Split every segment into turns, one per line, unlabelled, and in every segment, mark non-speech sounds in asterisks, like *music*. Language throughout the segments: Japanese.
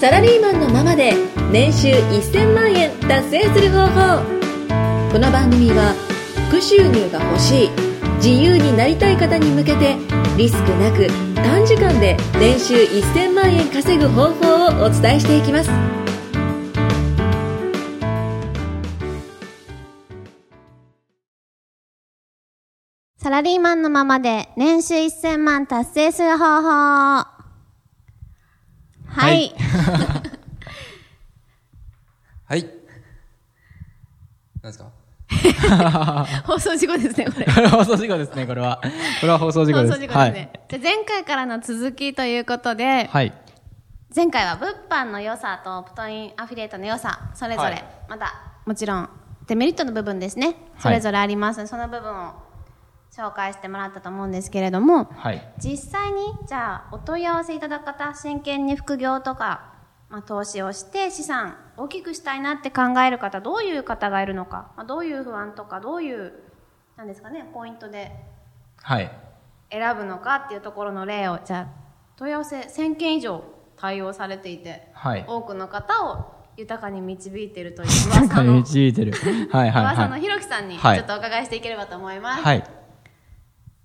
サラリーマンのままで年収1000万円達成する方法この番組は副収入が欲しい自由になりたい方に向けてリスクなく短時間で年収1000万円稼ぐ方法をお伝えしていきます
サラリーマンのままで年収1000万達成する方法。はい。
いはい。なんですか
放送事故ですね、これ。
これは *laughs* 放送事故ですね、これ *laughs* は。これは放送事故
放
です。
送事故ですね。じゃあ前回からの続きということで、
はい。はい。
前回は物販の良さとプトインアフィリエイトの良さ、それぞれ、
はい
また、もちろん、デメリットの部分ですね。それぞれあります、その部分を紹介してもらったと思うんですけれども、
はい。
実際にじゃあお問い合わせいただく方真剣に副業とか、まあ、投資をして資産大きくしたいなって考える方どういう方がいるのか、まあ、どういう不安とかどういうなんですかねポイントで
はい。
選ぶのかっていうところの例をじゃあ問い合わせ1000件以上対応されていて、
はい *laughs*
多くの方を豊かに導いているという噂の
導いてる。はいはい
噂
は
の
い。
ひろきさんにちょ
はい
っとお伺いしていければと思います。
はい。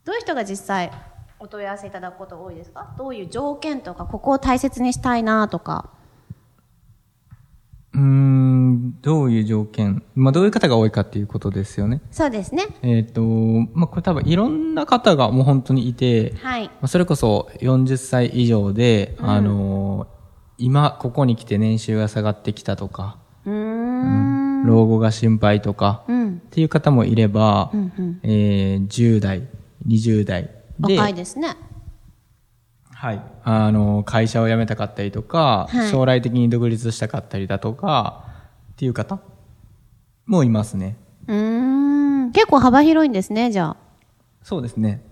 どういう人が実際お問い合わせいただくこと多いですかどういう条件とかここを大切にしたいなとか
うーん、どういう条件まあ、どういう方が多いかっていうことですよね。
そうですね
えっ、と、まあ、これ多分いろんな方がもう本当にいて、
はい
まあそれこそ40歳以上で、
うん
あの今ここに来て年収が下がってきたとか、
うー
うん
ん
老後が心配とか、
う
っ
ん
ていう方もいれば、
うんうん
えー10代、20代で、
若いですね
はい、あの会社を辞めたかったりとか、
はい
将来的に独立したかったりだとかっていう方もいますね。
うーん結構幅広いんですねじゃ
そうですね。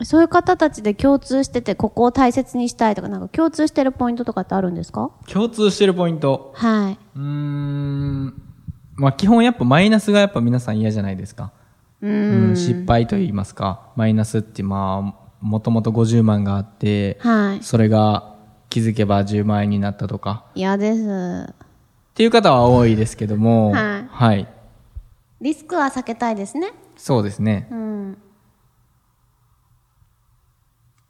あそういう方たちで共通しててここを大切にしたいとかなんか共通してるポイントとかってあるんですか
共通してるポイント。
はいう
ーん。まあ基本やっぱマイナスがやっぱ皆さん嫌じゃないですか。
う
うんん失敗と言いますか。マイナスってまあ、もともと50万があって、
はい
それが気づけば10万円になったとか。
嫌です
っていう方は多いですけども、
はい
はい。
リスクは避けたいですね
そうですね。
うん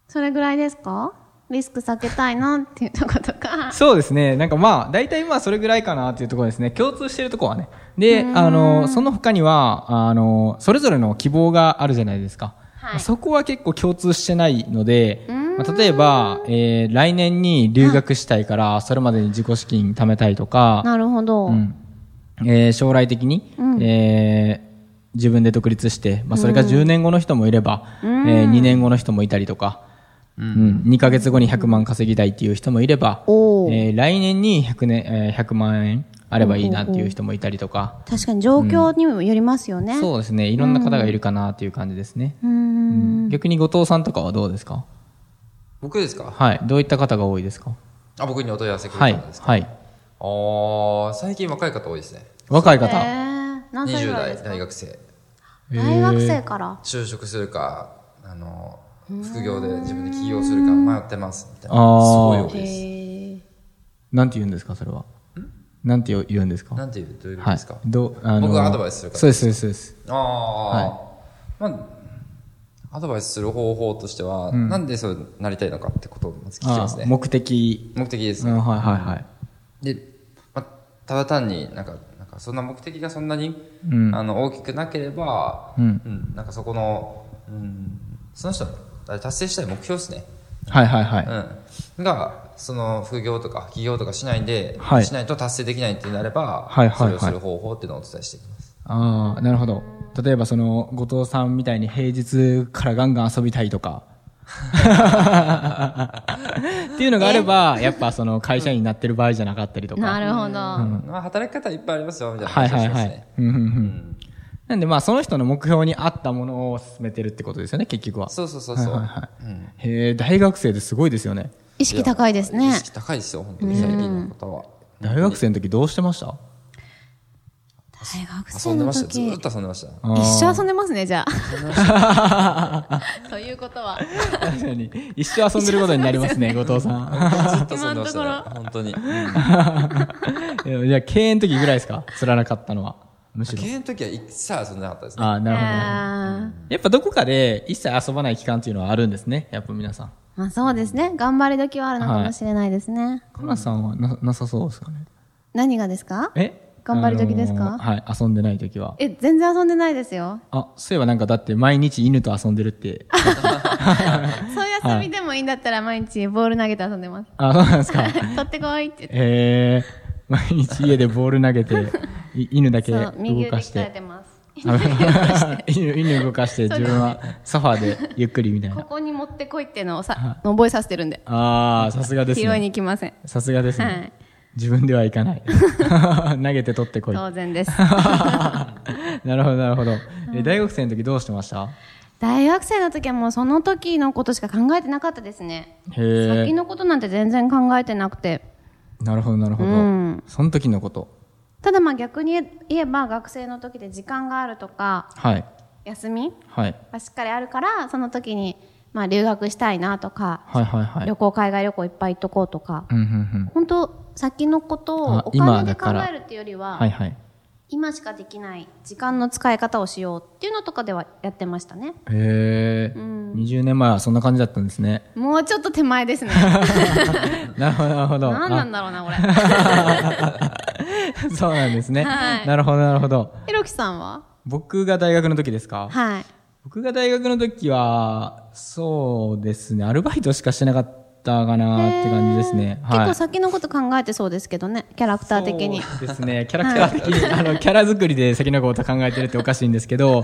それぐらいですかリスク避けたいなっていうとことか。
そうですね。なんかまあ、大体まあそれぐらいかなっていうところですね。共通してるところはね。で、あの、その他には、あの、それぞれの希望があるじゃないですか。
はい
まあそこは結構共通してないので、まあ、例えば、えー来年に留学したいから、それまでに自己資金貯めたいとか、
*laughs* なるほど。
うんえー将来的に、えー自分で独立して、まあ、それが10年後の人もいれば、えー2年後の人もいたりとか、うん2ヶ月後に100万稼ぎたいっていう人もいれば、
おー
えー来年に 100, 年、えー100万円あればいいなっていう人もいたりとか、
確かに状況にもよりますよね。う
そうですねいろんな方がいるかなっていう感じですね、
ーん。
逆に後藤さんとかはどうですか
僕ですか
はいどういった方が多いですか
あ僕にお問い合わせくれ
はい
たんですか、
はい
あー最近若い方多いですね
若い
え
方、
ー、何歳ぐ
20
らいで
代
すか
大学生
大学生から。
就職するかあの副業で自分で起業するか迷ってますみたいな
あ
す
ー
ごい多い
へ
です
ー
なんて言うんですかそれはなんて言うんですか
なんていうどういうことですか、
はい、どうあの
僕がアドバイスするから
そうですそうですそうです
ああ、まあアドバイスする方法としては、なんでそうなりたいのかってことをまず聞きます
あ
ね
ー目的、
目的です
う
ね、
ん、はいはいはい
で、まあ、ただ単になんかなんかそんな目的がそんなに、
うん
あの大きくなければ、
うん
なんかそこの、うん、その人のあ達成したい目標ですね、
はいはいはい、
うん、がその副業とか起業とかしないんで、
はい
しないと達成できないってなれば、
はいはいはい
それをする方法っていうのをお伝えしていきます
ああなるほど例えばその後藤さんみたいに平日からガンガン遊びたいとかっていうのがあれ
*laughs*
ばやっぱその会社員になってる場合じゃなかったりとか
なるほど。
うんまあ、働き方いっぱいありますよみたいな
はいは
話をし
い
ま
は
す
い
ね、
うんうんう
うんん
なんでまあその人の目標に合ったものを進めてるってことですよね結局は
そうそうそうそう、
はいはいは
うん
い、へえ大学生ですごいですよね
意識高いです
意
ね。
識高いですよ本当に最近の方は、
大学生の時どうしてました
大学
遊
生
んでま
の
した。ず
時
ーっと遊んでました。
あー
一生遊んでますねじゃあということは
確かに。一生遊んでることにな
*laughs*
りますね、後藤さ
ずっと遊んでましたね
今のとこ。
本当に。うん
ん。 *laughs* いやじゃあ、敬遠の時ぐらいですか辛かったのは。むしろ。
経営の時は一切遊んでなかったですね。
ああ、なるほどなるほど。
あー
やっぱどこかで一切遊ばない期間っていうのはあるんですね。やっぱ皆さん。
まあそうですね頑張り時はあるのかもしれないですね、
かなさんはななさそうですかね。
何がですか
え
頑張り時ですか
あのーはい、遊んでない時は。
え全然遊んでないです
*laughs*
よ
あ、そういえばなんかだって毎日犬と遊んでる
*laughs*
って。
そういう遊びでもいいんだったら毎日ボール投げて遊んでます。
あ、そうなんですか。
*laughs* 取ってこいって
えー、毎日家でボール投げて、い犬だけ
言って。
動
そう、右腕
かし
鍛え
て。
てます。 *laughs*
犬 *laughs* 犬動かして自分はソファーでゆっくりみたい
こ
な。
こに持ってこいっていうのをさ、覚えさせてるんで。
ああ、さすがです
拾いに
ね。
行きません。
さすがですね。
はい
自分ではいかない。 *laughs* 投げて取ってこい。
当然です。
*laughs* なるほど、なるほど。え、大学生の時どうしてました
大学生の時はもうその時のことしか考えてなかったですね。
へえ
先。のことなんて全然考えてなくて。
なるほど、なるほど。
うん
その時のこと。
ただまあ逆に言えば学生の時で時間があるとか、
はい。
休み
はい。
がしっかりあるから、その時にまあ留学したいなとか、
はいはいはい。
旅行、海外旅行いっぱい行っとこうとか、
うんうんうん。
本当先のことを
あ
お
今
金で
だ
考
から
えるっていうよりは今,、
はいはい。
しかできない時間の使い方をしようっていうのとかではやってましたね
へえ。20年前はそんな感じだったんで
*laughs*
すね。
もうちょっと手前
*laughs*
ですね
なるほど、なるほど。
何なんだろうなこ
*laughs*
れ
あ *laughs* そうなんですね。
はい
なるほど、なるほど。
ひろきさんは
僕が大学の時ですか
はい
僕が大学の時は、そうですね、アルバイトしかしてなかったかなって感じですね。
結
はい
構先のこと考えてそうですけどねキャラクター的に
そうですね。キャラクター的
*laughs*
に、あの、キャラ作りで先のこと考えてるっておかしいんですけど、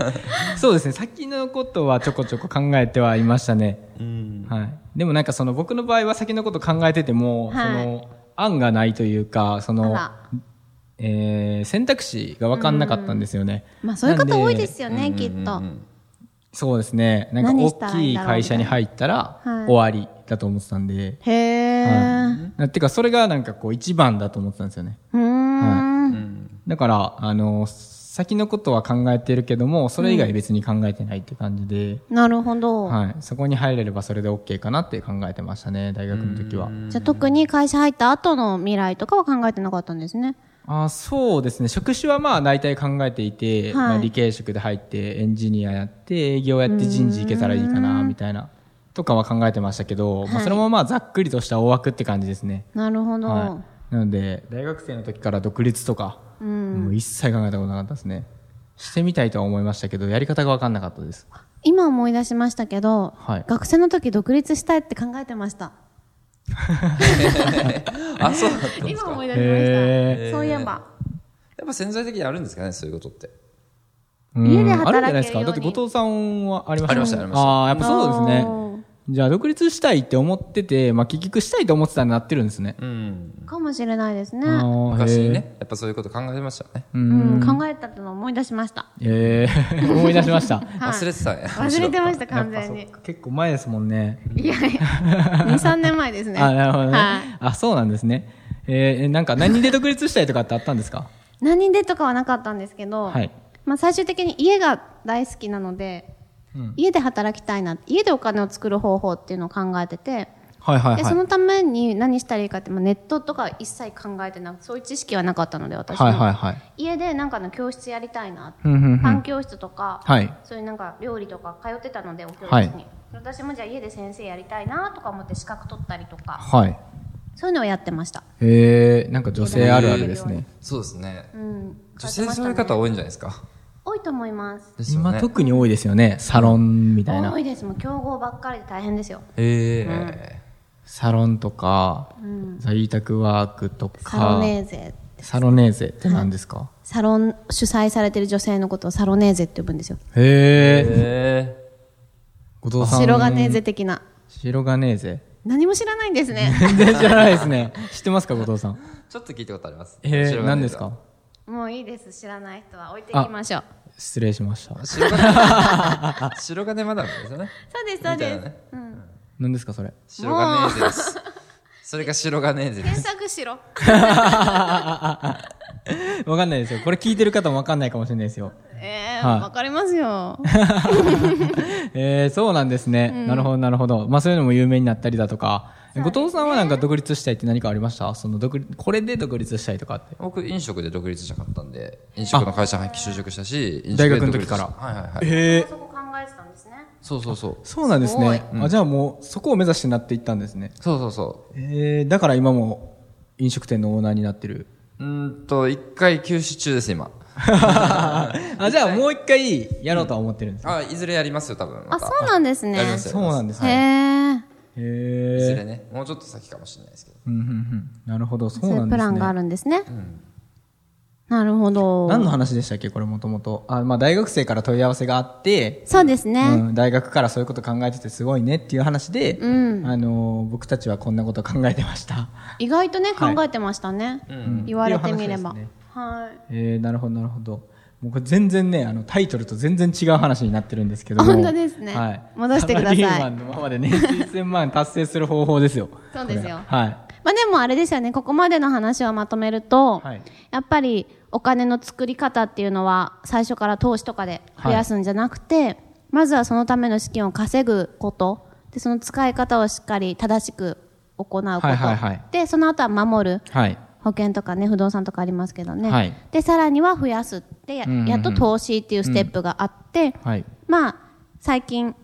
そうですね。先のことはちょこちょこ考えてはいましたね。はい。でもなんかその僕の場合は先のこと考えてても、
はい
その、案がないというか、その
あ、
えー選択肢が分かんなかったんですよね。
まあそういう方多いです
よ。
よねきっと
そうですね。なんか
何した
大
らいいん
きい
だろうみ
会
た
社
いな
に入ったら
はい
終わりだと思ってたんで。
へえ、
はいな。てかそれがなんかこう一番だと思ってたんですよね。
うーん、
だから、あの、先のことは考えてるけども、それ以外別に考えてないって感じで、
なるほど、
はい。そこに入れればそれで OK かなって考えてましたね、大学の時は。
じゃあ特に会社入った後の未来とかは考えてなかったんですね
あそうですね。職種はまあ大体考えていて、
い
まあ理系職で入って、エンジニアやって、営業やって人事行けたらいいかな、みたいな、とかは考えてましたけど、まあそれもまあざっくりとした大枠って感じですね。
なるほど、
はい。なので、大学生の時から独立とか、もう一切考えたことなかったですね。してみたいとは思いましたけど、やり方が分かんなかったです。
今思い出しましたけど、
はい
学生の時独立したいって考えてました
あ、そうだったんです
今思
か。
い出しました、
や
へ
そういえば
っぱ潜在的にあるんですかね、そういうことって。
うん
家で働けるように
あるんじゃないですか。だって後藤さんはありました
ありましたありました
ああ、やっぱそうですね。
ね
じゃあ、独立したいって思ってて、まあ、結局したいと思ってたらなってるんですね。
うん。
かもしれないですね
あー
昔に。
へえ
ね、やっぱそういうこと考えてましたよね。
うん、考えたのを思い出しました
ええ *laughs* 思い出しました。
はい
忘れてたね。
忘れてました
や
*laughs*
っ
完
ぱ
全
そ
に
っか結構前ですもんね。
いやいや23年前ですね
*laughs* あなるほどね
はい、。
あ、そうなんですね。えー、なんか何で独立したいとかってあったんですか
何でとかはなかったんですけど、
はい。
まあ、最終的に家が大好きなので、
うん
家で働きたいな家でお金を作る方法っていうのを考えてて
はいはいは
で
い。
そのために何したらいいかって、まあ、ネットとかは一切考えてなくそういう知識はなかったので私も、
はいはいはい。
家でなんかの教室やりたいな、
うんうんうん
パン教室とか、
はい
そういうなんか料理とか通ってたのでお教室に、
はい
私もじゃあ家で先生やりたいなとか思って資格取ったりとか
はい。
そういうのをやってました、
えー、なんか女性あるあるですね。
そうですね
う。ん、
女性そう
や
い
ってま
う
したね
方多いんじゃないですか。
多いと思います
ですよね
今特に多いですよね。サロンみたいな
多。いですもう競合ばっかりで大変ですよ
へえ。
サロンとか、在宅ワークとか、
サロネーゼ
サロネーゼって何ですか、
サロン主催されてる女性のことをサロネーゼって呼ぶんですよ
へえ。
へえ。
後藤さん。
白金ネーゼ。的な
白ガネーゼ。
何も知らないんですね
全然知らないですね。 *laughs* 知ってますか、後藤さん。
ちょっと聞いたことあります。
え
白
ー、
金だ
何ですか
もういいです知らない人は置いていきましょう
失礼しました。
白金。白金マダムですよね。
*laughs* そうですそう
みたい
で
な
す、
ね
何ですか、それ。 *laughs*
白金
*laughs*
エーゼです。それが白金エーゼで
検
す。
索しろ
わかんないですよ。これ聞いてる方もわかんないかもしれないですよ。
ええ
はい
わかりますよ。
えー、そうなんですね、なるほど、なるほど。まあそういうのも有名になったりだとか。後藤さんはなんか独立したいって何かありましたその独立、これで独立したいとかって。
僕、飲食で独立したかったんで、飲食の会社に就職したし、飲食
大
で
学の
独立
時から
はいはいはい。
え
そこ考えてたんですね。
そうそうそう。
そうなんです
すごい
ね。あじゃあもう、そこを目指してなっていったんですね。
そうそうそ
えー、だから今も飲食店のオーナーになってる。
う。うーんと、一回休止中です、今。
*laughs* あ、じゃあもう一回やろうとは思ってるんですね、
あ、いずれやりますよ、多分。ま
あ、
た
そうなんです
やりま
ね。
す
そうなんです
へ
ね。
え。
へ
いず
え。
れね。もうちょっと先かもしれないですけど。
うんうんうん。なるほど、そ
そう
う
い
な
う
んで
プ
す
ラン
ね
が。あるんですね。なるほど。
何の話でしたっけこれもともと。あ、まあ大学生から問い合わせがあって、
そうですね。
うん、大学からそういうこと考えててすごいねっていう話で、
うん
あのー僕たちはこんなこと考えてました。
意外とね、考えてましたね。言われてみれ
っ
ば
ていう話ですね。
はい。
えー、なるほど、なるほど。もうこれ全然ね、あの、タイトルと全然違う話になってるんですけども。
本当ですね戻してください
サラリーマンのままで *laughs* 年収1000万達成する方法ですよ。
そうですよ
これはい。
まあでもあれですよね、ここまでの話をまとめると、
はい
やっぱりお金の作り方っていうのは最初から投資とかで増やすんじゃなくて、まずはそのための資金を稼ぐこと、で、その使い方をしっかり正しく行うこと、
はいはいはい
で、その後は守る。
はい。
保険とかね、不動産とかありますけどね。
はい
で、さらには増やすってや、
うんうんうん
やっと投資っていうステップがあって、
はい。
まあ、最近、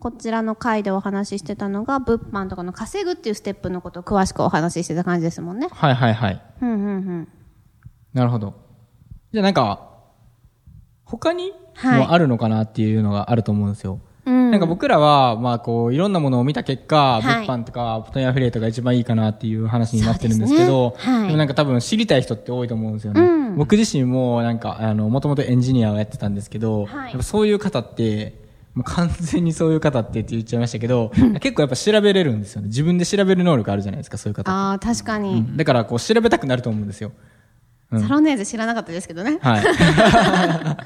こちらの回でお話ししてたのが、物販とかの稼ぐっていうステップのことを詳しくお話ししてた感じですもんね。
はいはいはい。
うんうん
なるほど。じゃあなんか、他に
はい
もあるのかなっていうのがあると思うんですよ。
うん。
なんか僕らは、まあこう、いろんなものを見た結
は
果、
い
物販とか、プトンアフィリエイトが一番いいかなっていう話になってるんですけど、
そうですねはい
でもなんか多分知りたい人って多いと思うんですよね。
うん
僕自身もなんか、あの、もともとエンジニアをやってたんですけど、
はい
やっぱそういう方って、もう完全にそういう方ってって言っちゃいました
*laughs*
けど、結構やっぱ調べれるんですよね。自分で調べる能力あるじゃないですか、そういう方。
ああ、確か
う
に。
んだからこう調べたくなると思うんですよ。うん
サロネーゼ知らなかったですけどね。 *laughs*
は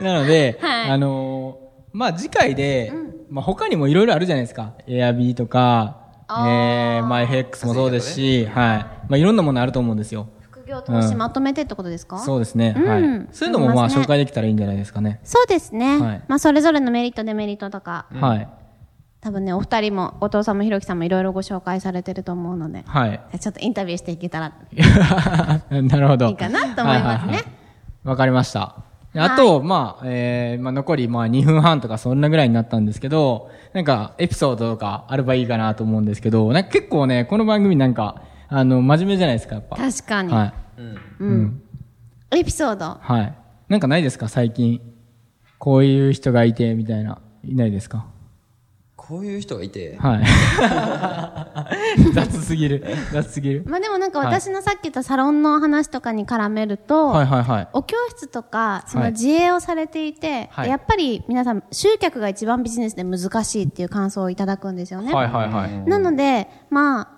い。なので、
はい
あのーまあ、次回で、まあ、他にもいろいろあるじゃないですか。Airb とか、え
あー
ー、マイヘックスもそうですし、はい。まあ、いろんなものあると思うんですよ。
副業投資まとめてってことですか、
そうですね。
うん
はい。そういうのもまあ、
ありますね
紹介できたらいいんじゃないですかね。
そうですね。
はい
まあ、それぞれのメリット、デメリットとか、
はい。
多分ね、お二人も、お父さんもひろきさんもいろいろご紹介されてると思うので、
はい。
ちょっとインタビューしていけたら。
*laughs* なるほど。
いいかなと思いますね
はははわかりました。であと、まあ、えーまあ、残り、まあ、2分半とか、そんなぐらいになったんですけど、なんか、エピソードとかあればいいかなと思うんですけど、なんか結構ね、この番組なんか、あの、真面目じゃないですか、やっぱ。
確かに。
はい。
うん。エピソード。
はい。なんかないですか、最近。こういう人がいて、みたいな。いないですか
こういう人がい
*laughs*
て、
はい。雑すぎる。雑すぎる。
まあでもなんか
はい
私のさっき言ったサロンの話とかに絡めると、
はいはいはい。
お教室とか、そ
は
の
い
自営をされていて、
はい
やっぱり皆さん、集客が一番ビジネスで難しいっていう感想をいただくんですよね。
はいはいはい。
なので、まあ、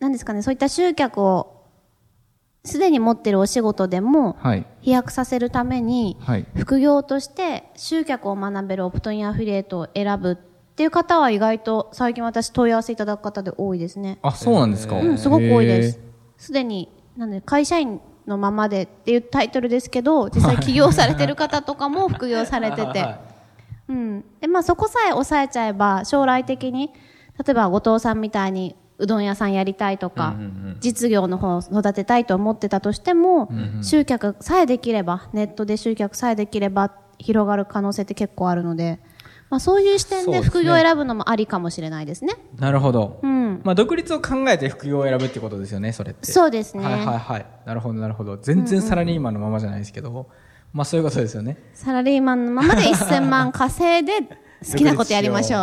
なんですかね、そういった集客を、すでに持ってるお仕事でも、
はい。
飛躍させるために、
はい。
副業として集客を学べるオプトインアフィリエイトを選ぶっていう方は意外と最近私問い合わせいただく方で多いですね。
あ、そうなんですか、
うん、すごく多いです。すでに、なんで、会社員のままでっていうタイトルですけど、実際起業されてる方とかも副業されてて。うん。で、まあそこさえ抑えちゃえば、将来的に、例えば後藤さんみたいに、うどん屋さんやりたいとか、実業の方を育てたいと思ってたとしても、集客さえできれば、ネットで集客さえできれば、広がる可能性って結構あるので、まあそういう視点
そう
で
ですね
副業を選ぶのもありかもしれないですね。
なるほど。
うん。
まあ、独立を考えて副業を選ぶってことですよね、それって。
そうですね。
はいはいはい。なるほど、なるほど。全然サラリーマンのままじゃないですけど、まあそういうことですよね。
サラリーマンのまま *laughs* で1000万稼いで好きなことやりましょう。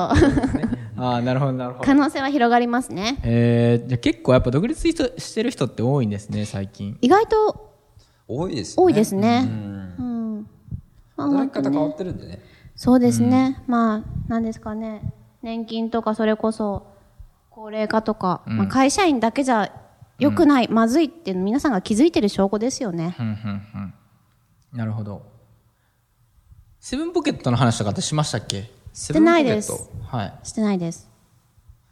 ああ、なるほど、なるほ
可
ど。
能性は広がりますね。
えー、じゃあ結構やっぱ独立してる人って多いんですね、最近。
意外と
多いですよね。
多いですね
う。。
うんん。まあ
働き方変わってるんでね。
そうですね。まあ、なんですかね。年金とかそれこそ高齢化とか、まあ会社員だけじゃ良くない、まずいっていうの皆さんが気づいてる証拠ですよね。
うん、うん、うん。なるほど。セブンポケットの話とかってしましたっけ
して
ないです
はい。
してないです。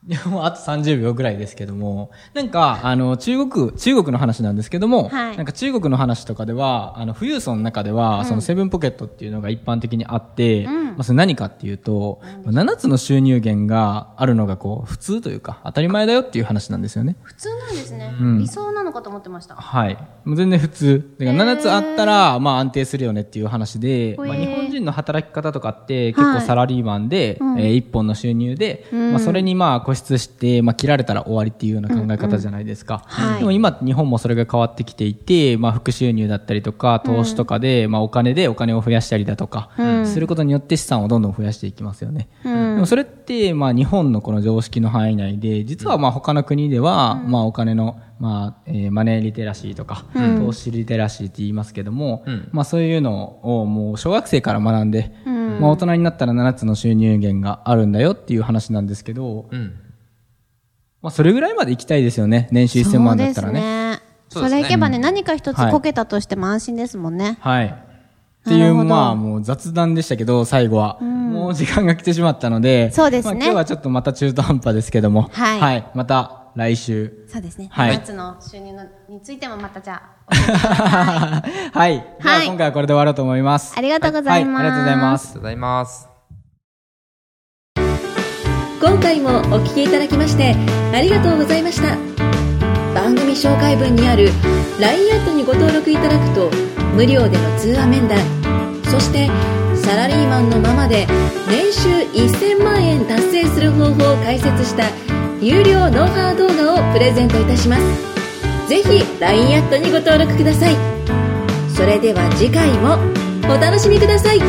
いや、もうあと30秒ぐらいですけども、なんか、あの、中国、中国の話なんですけども、
はい
なんか中国の話とかでは、あの、富裕層の中では、そのセブンポケットっていうのが一般的にあって、まあ、それ何かっていうと、7つの収入源があるのがこう、普通というか、当たり前だよっていう話なんですよね。
普通なんですね、
ん
理想なのかと思ってました
はい。もう全然普通。だから7つあったら、まあ安定するよねっていう話で、まあ、
へえ
日本人の働き方とかって結構
はい
サラリーマンで、えー一本の収入で、まあそれにまあ固執して、まあ切られたら終わりっていうような考え方じゃないですか。
はい
でも今日本もそれが変わってきていて、まあ副収入だったりとか、投資とかで、まあお金でお金を増やしたりだとか、することによって資産をどんどん増やしていきますよね。でもそれって、まあ日本のこの常識の範囲内で、実はまあ他の国では、まあお金の、まあ、えーマネーリテラシーとか、投資リテラシーって言いますけども、
ん
まあそういうのをもう小学生から学んで、まあ大人になったら7つの収入源があるんだよっていう話なんですけど、
うん。
まあそれぐらいまで行きたいですよね。年収1000万だったらね。
そ
そううですすね
でね
それいけばね、何か一つ
はい
こけたとしても安心ですもんね、
はい。ってい
なる
う、
ほど
まあもう雑談でしたけど、最後は。もう時間が来てしまったので。
そうですね
まあ今日はちょっとまた中途半端ですけども。
はい
また来
*laughs*
週。
そうですね、
はい
7つの収入のについてもまたじゃあ
はい。では今回はこれで終わろうと思います。
ありがとうございます
はいありがとうございます
ありが。とうございます。
今回もお聞きいただきましてありがとうございました番組紹介文にある LINE アットにご登録いただくと無料での通話面談そしてサラリーマンのままで年収1000万円達成する方法を解説した有料ノウハウ動画をプレゼントいたしますぜひ LINE アットにご登録くださいそれでは次回もお楽しみください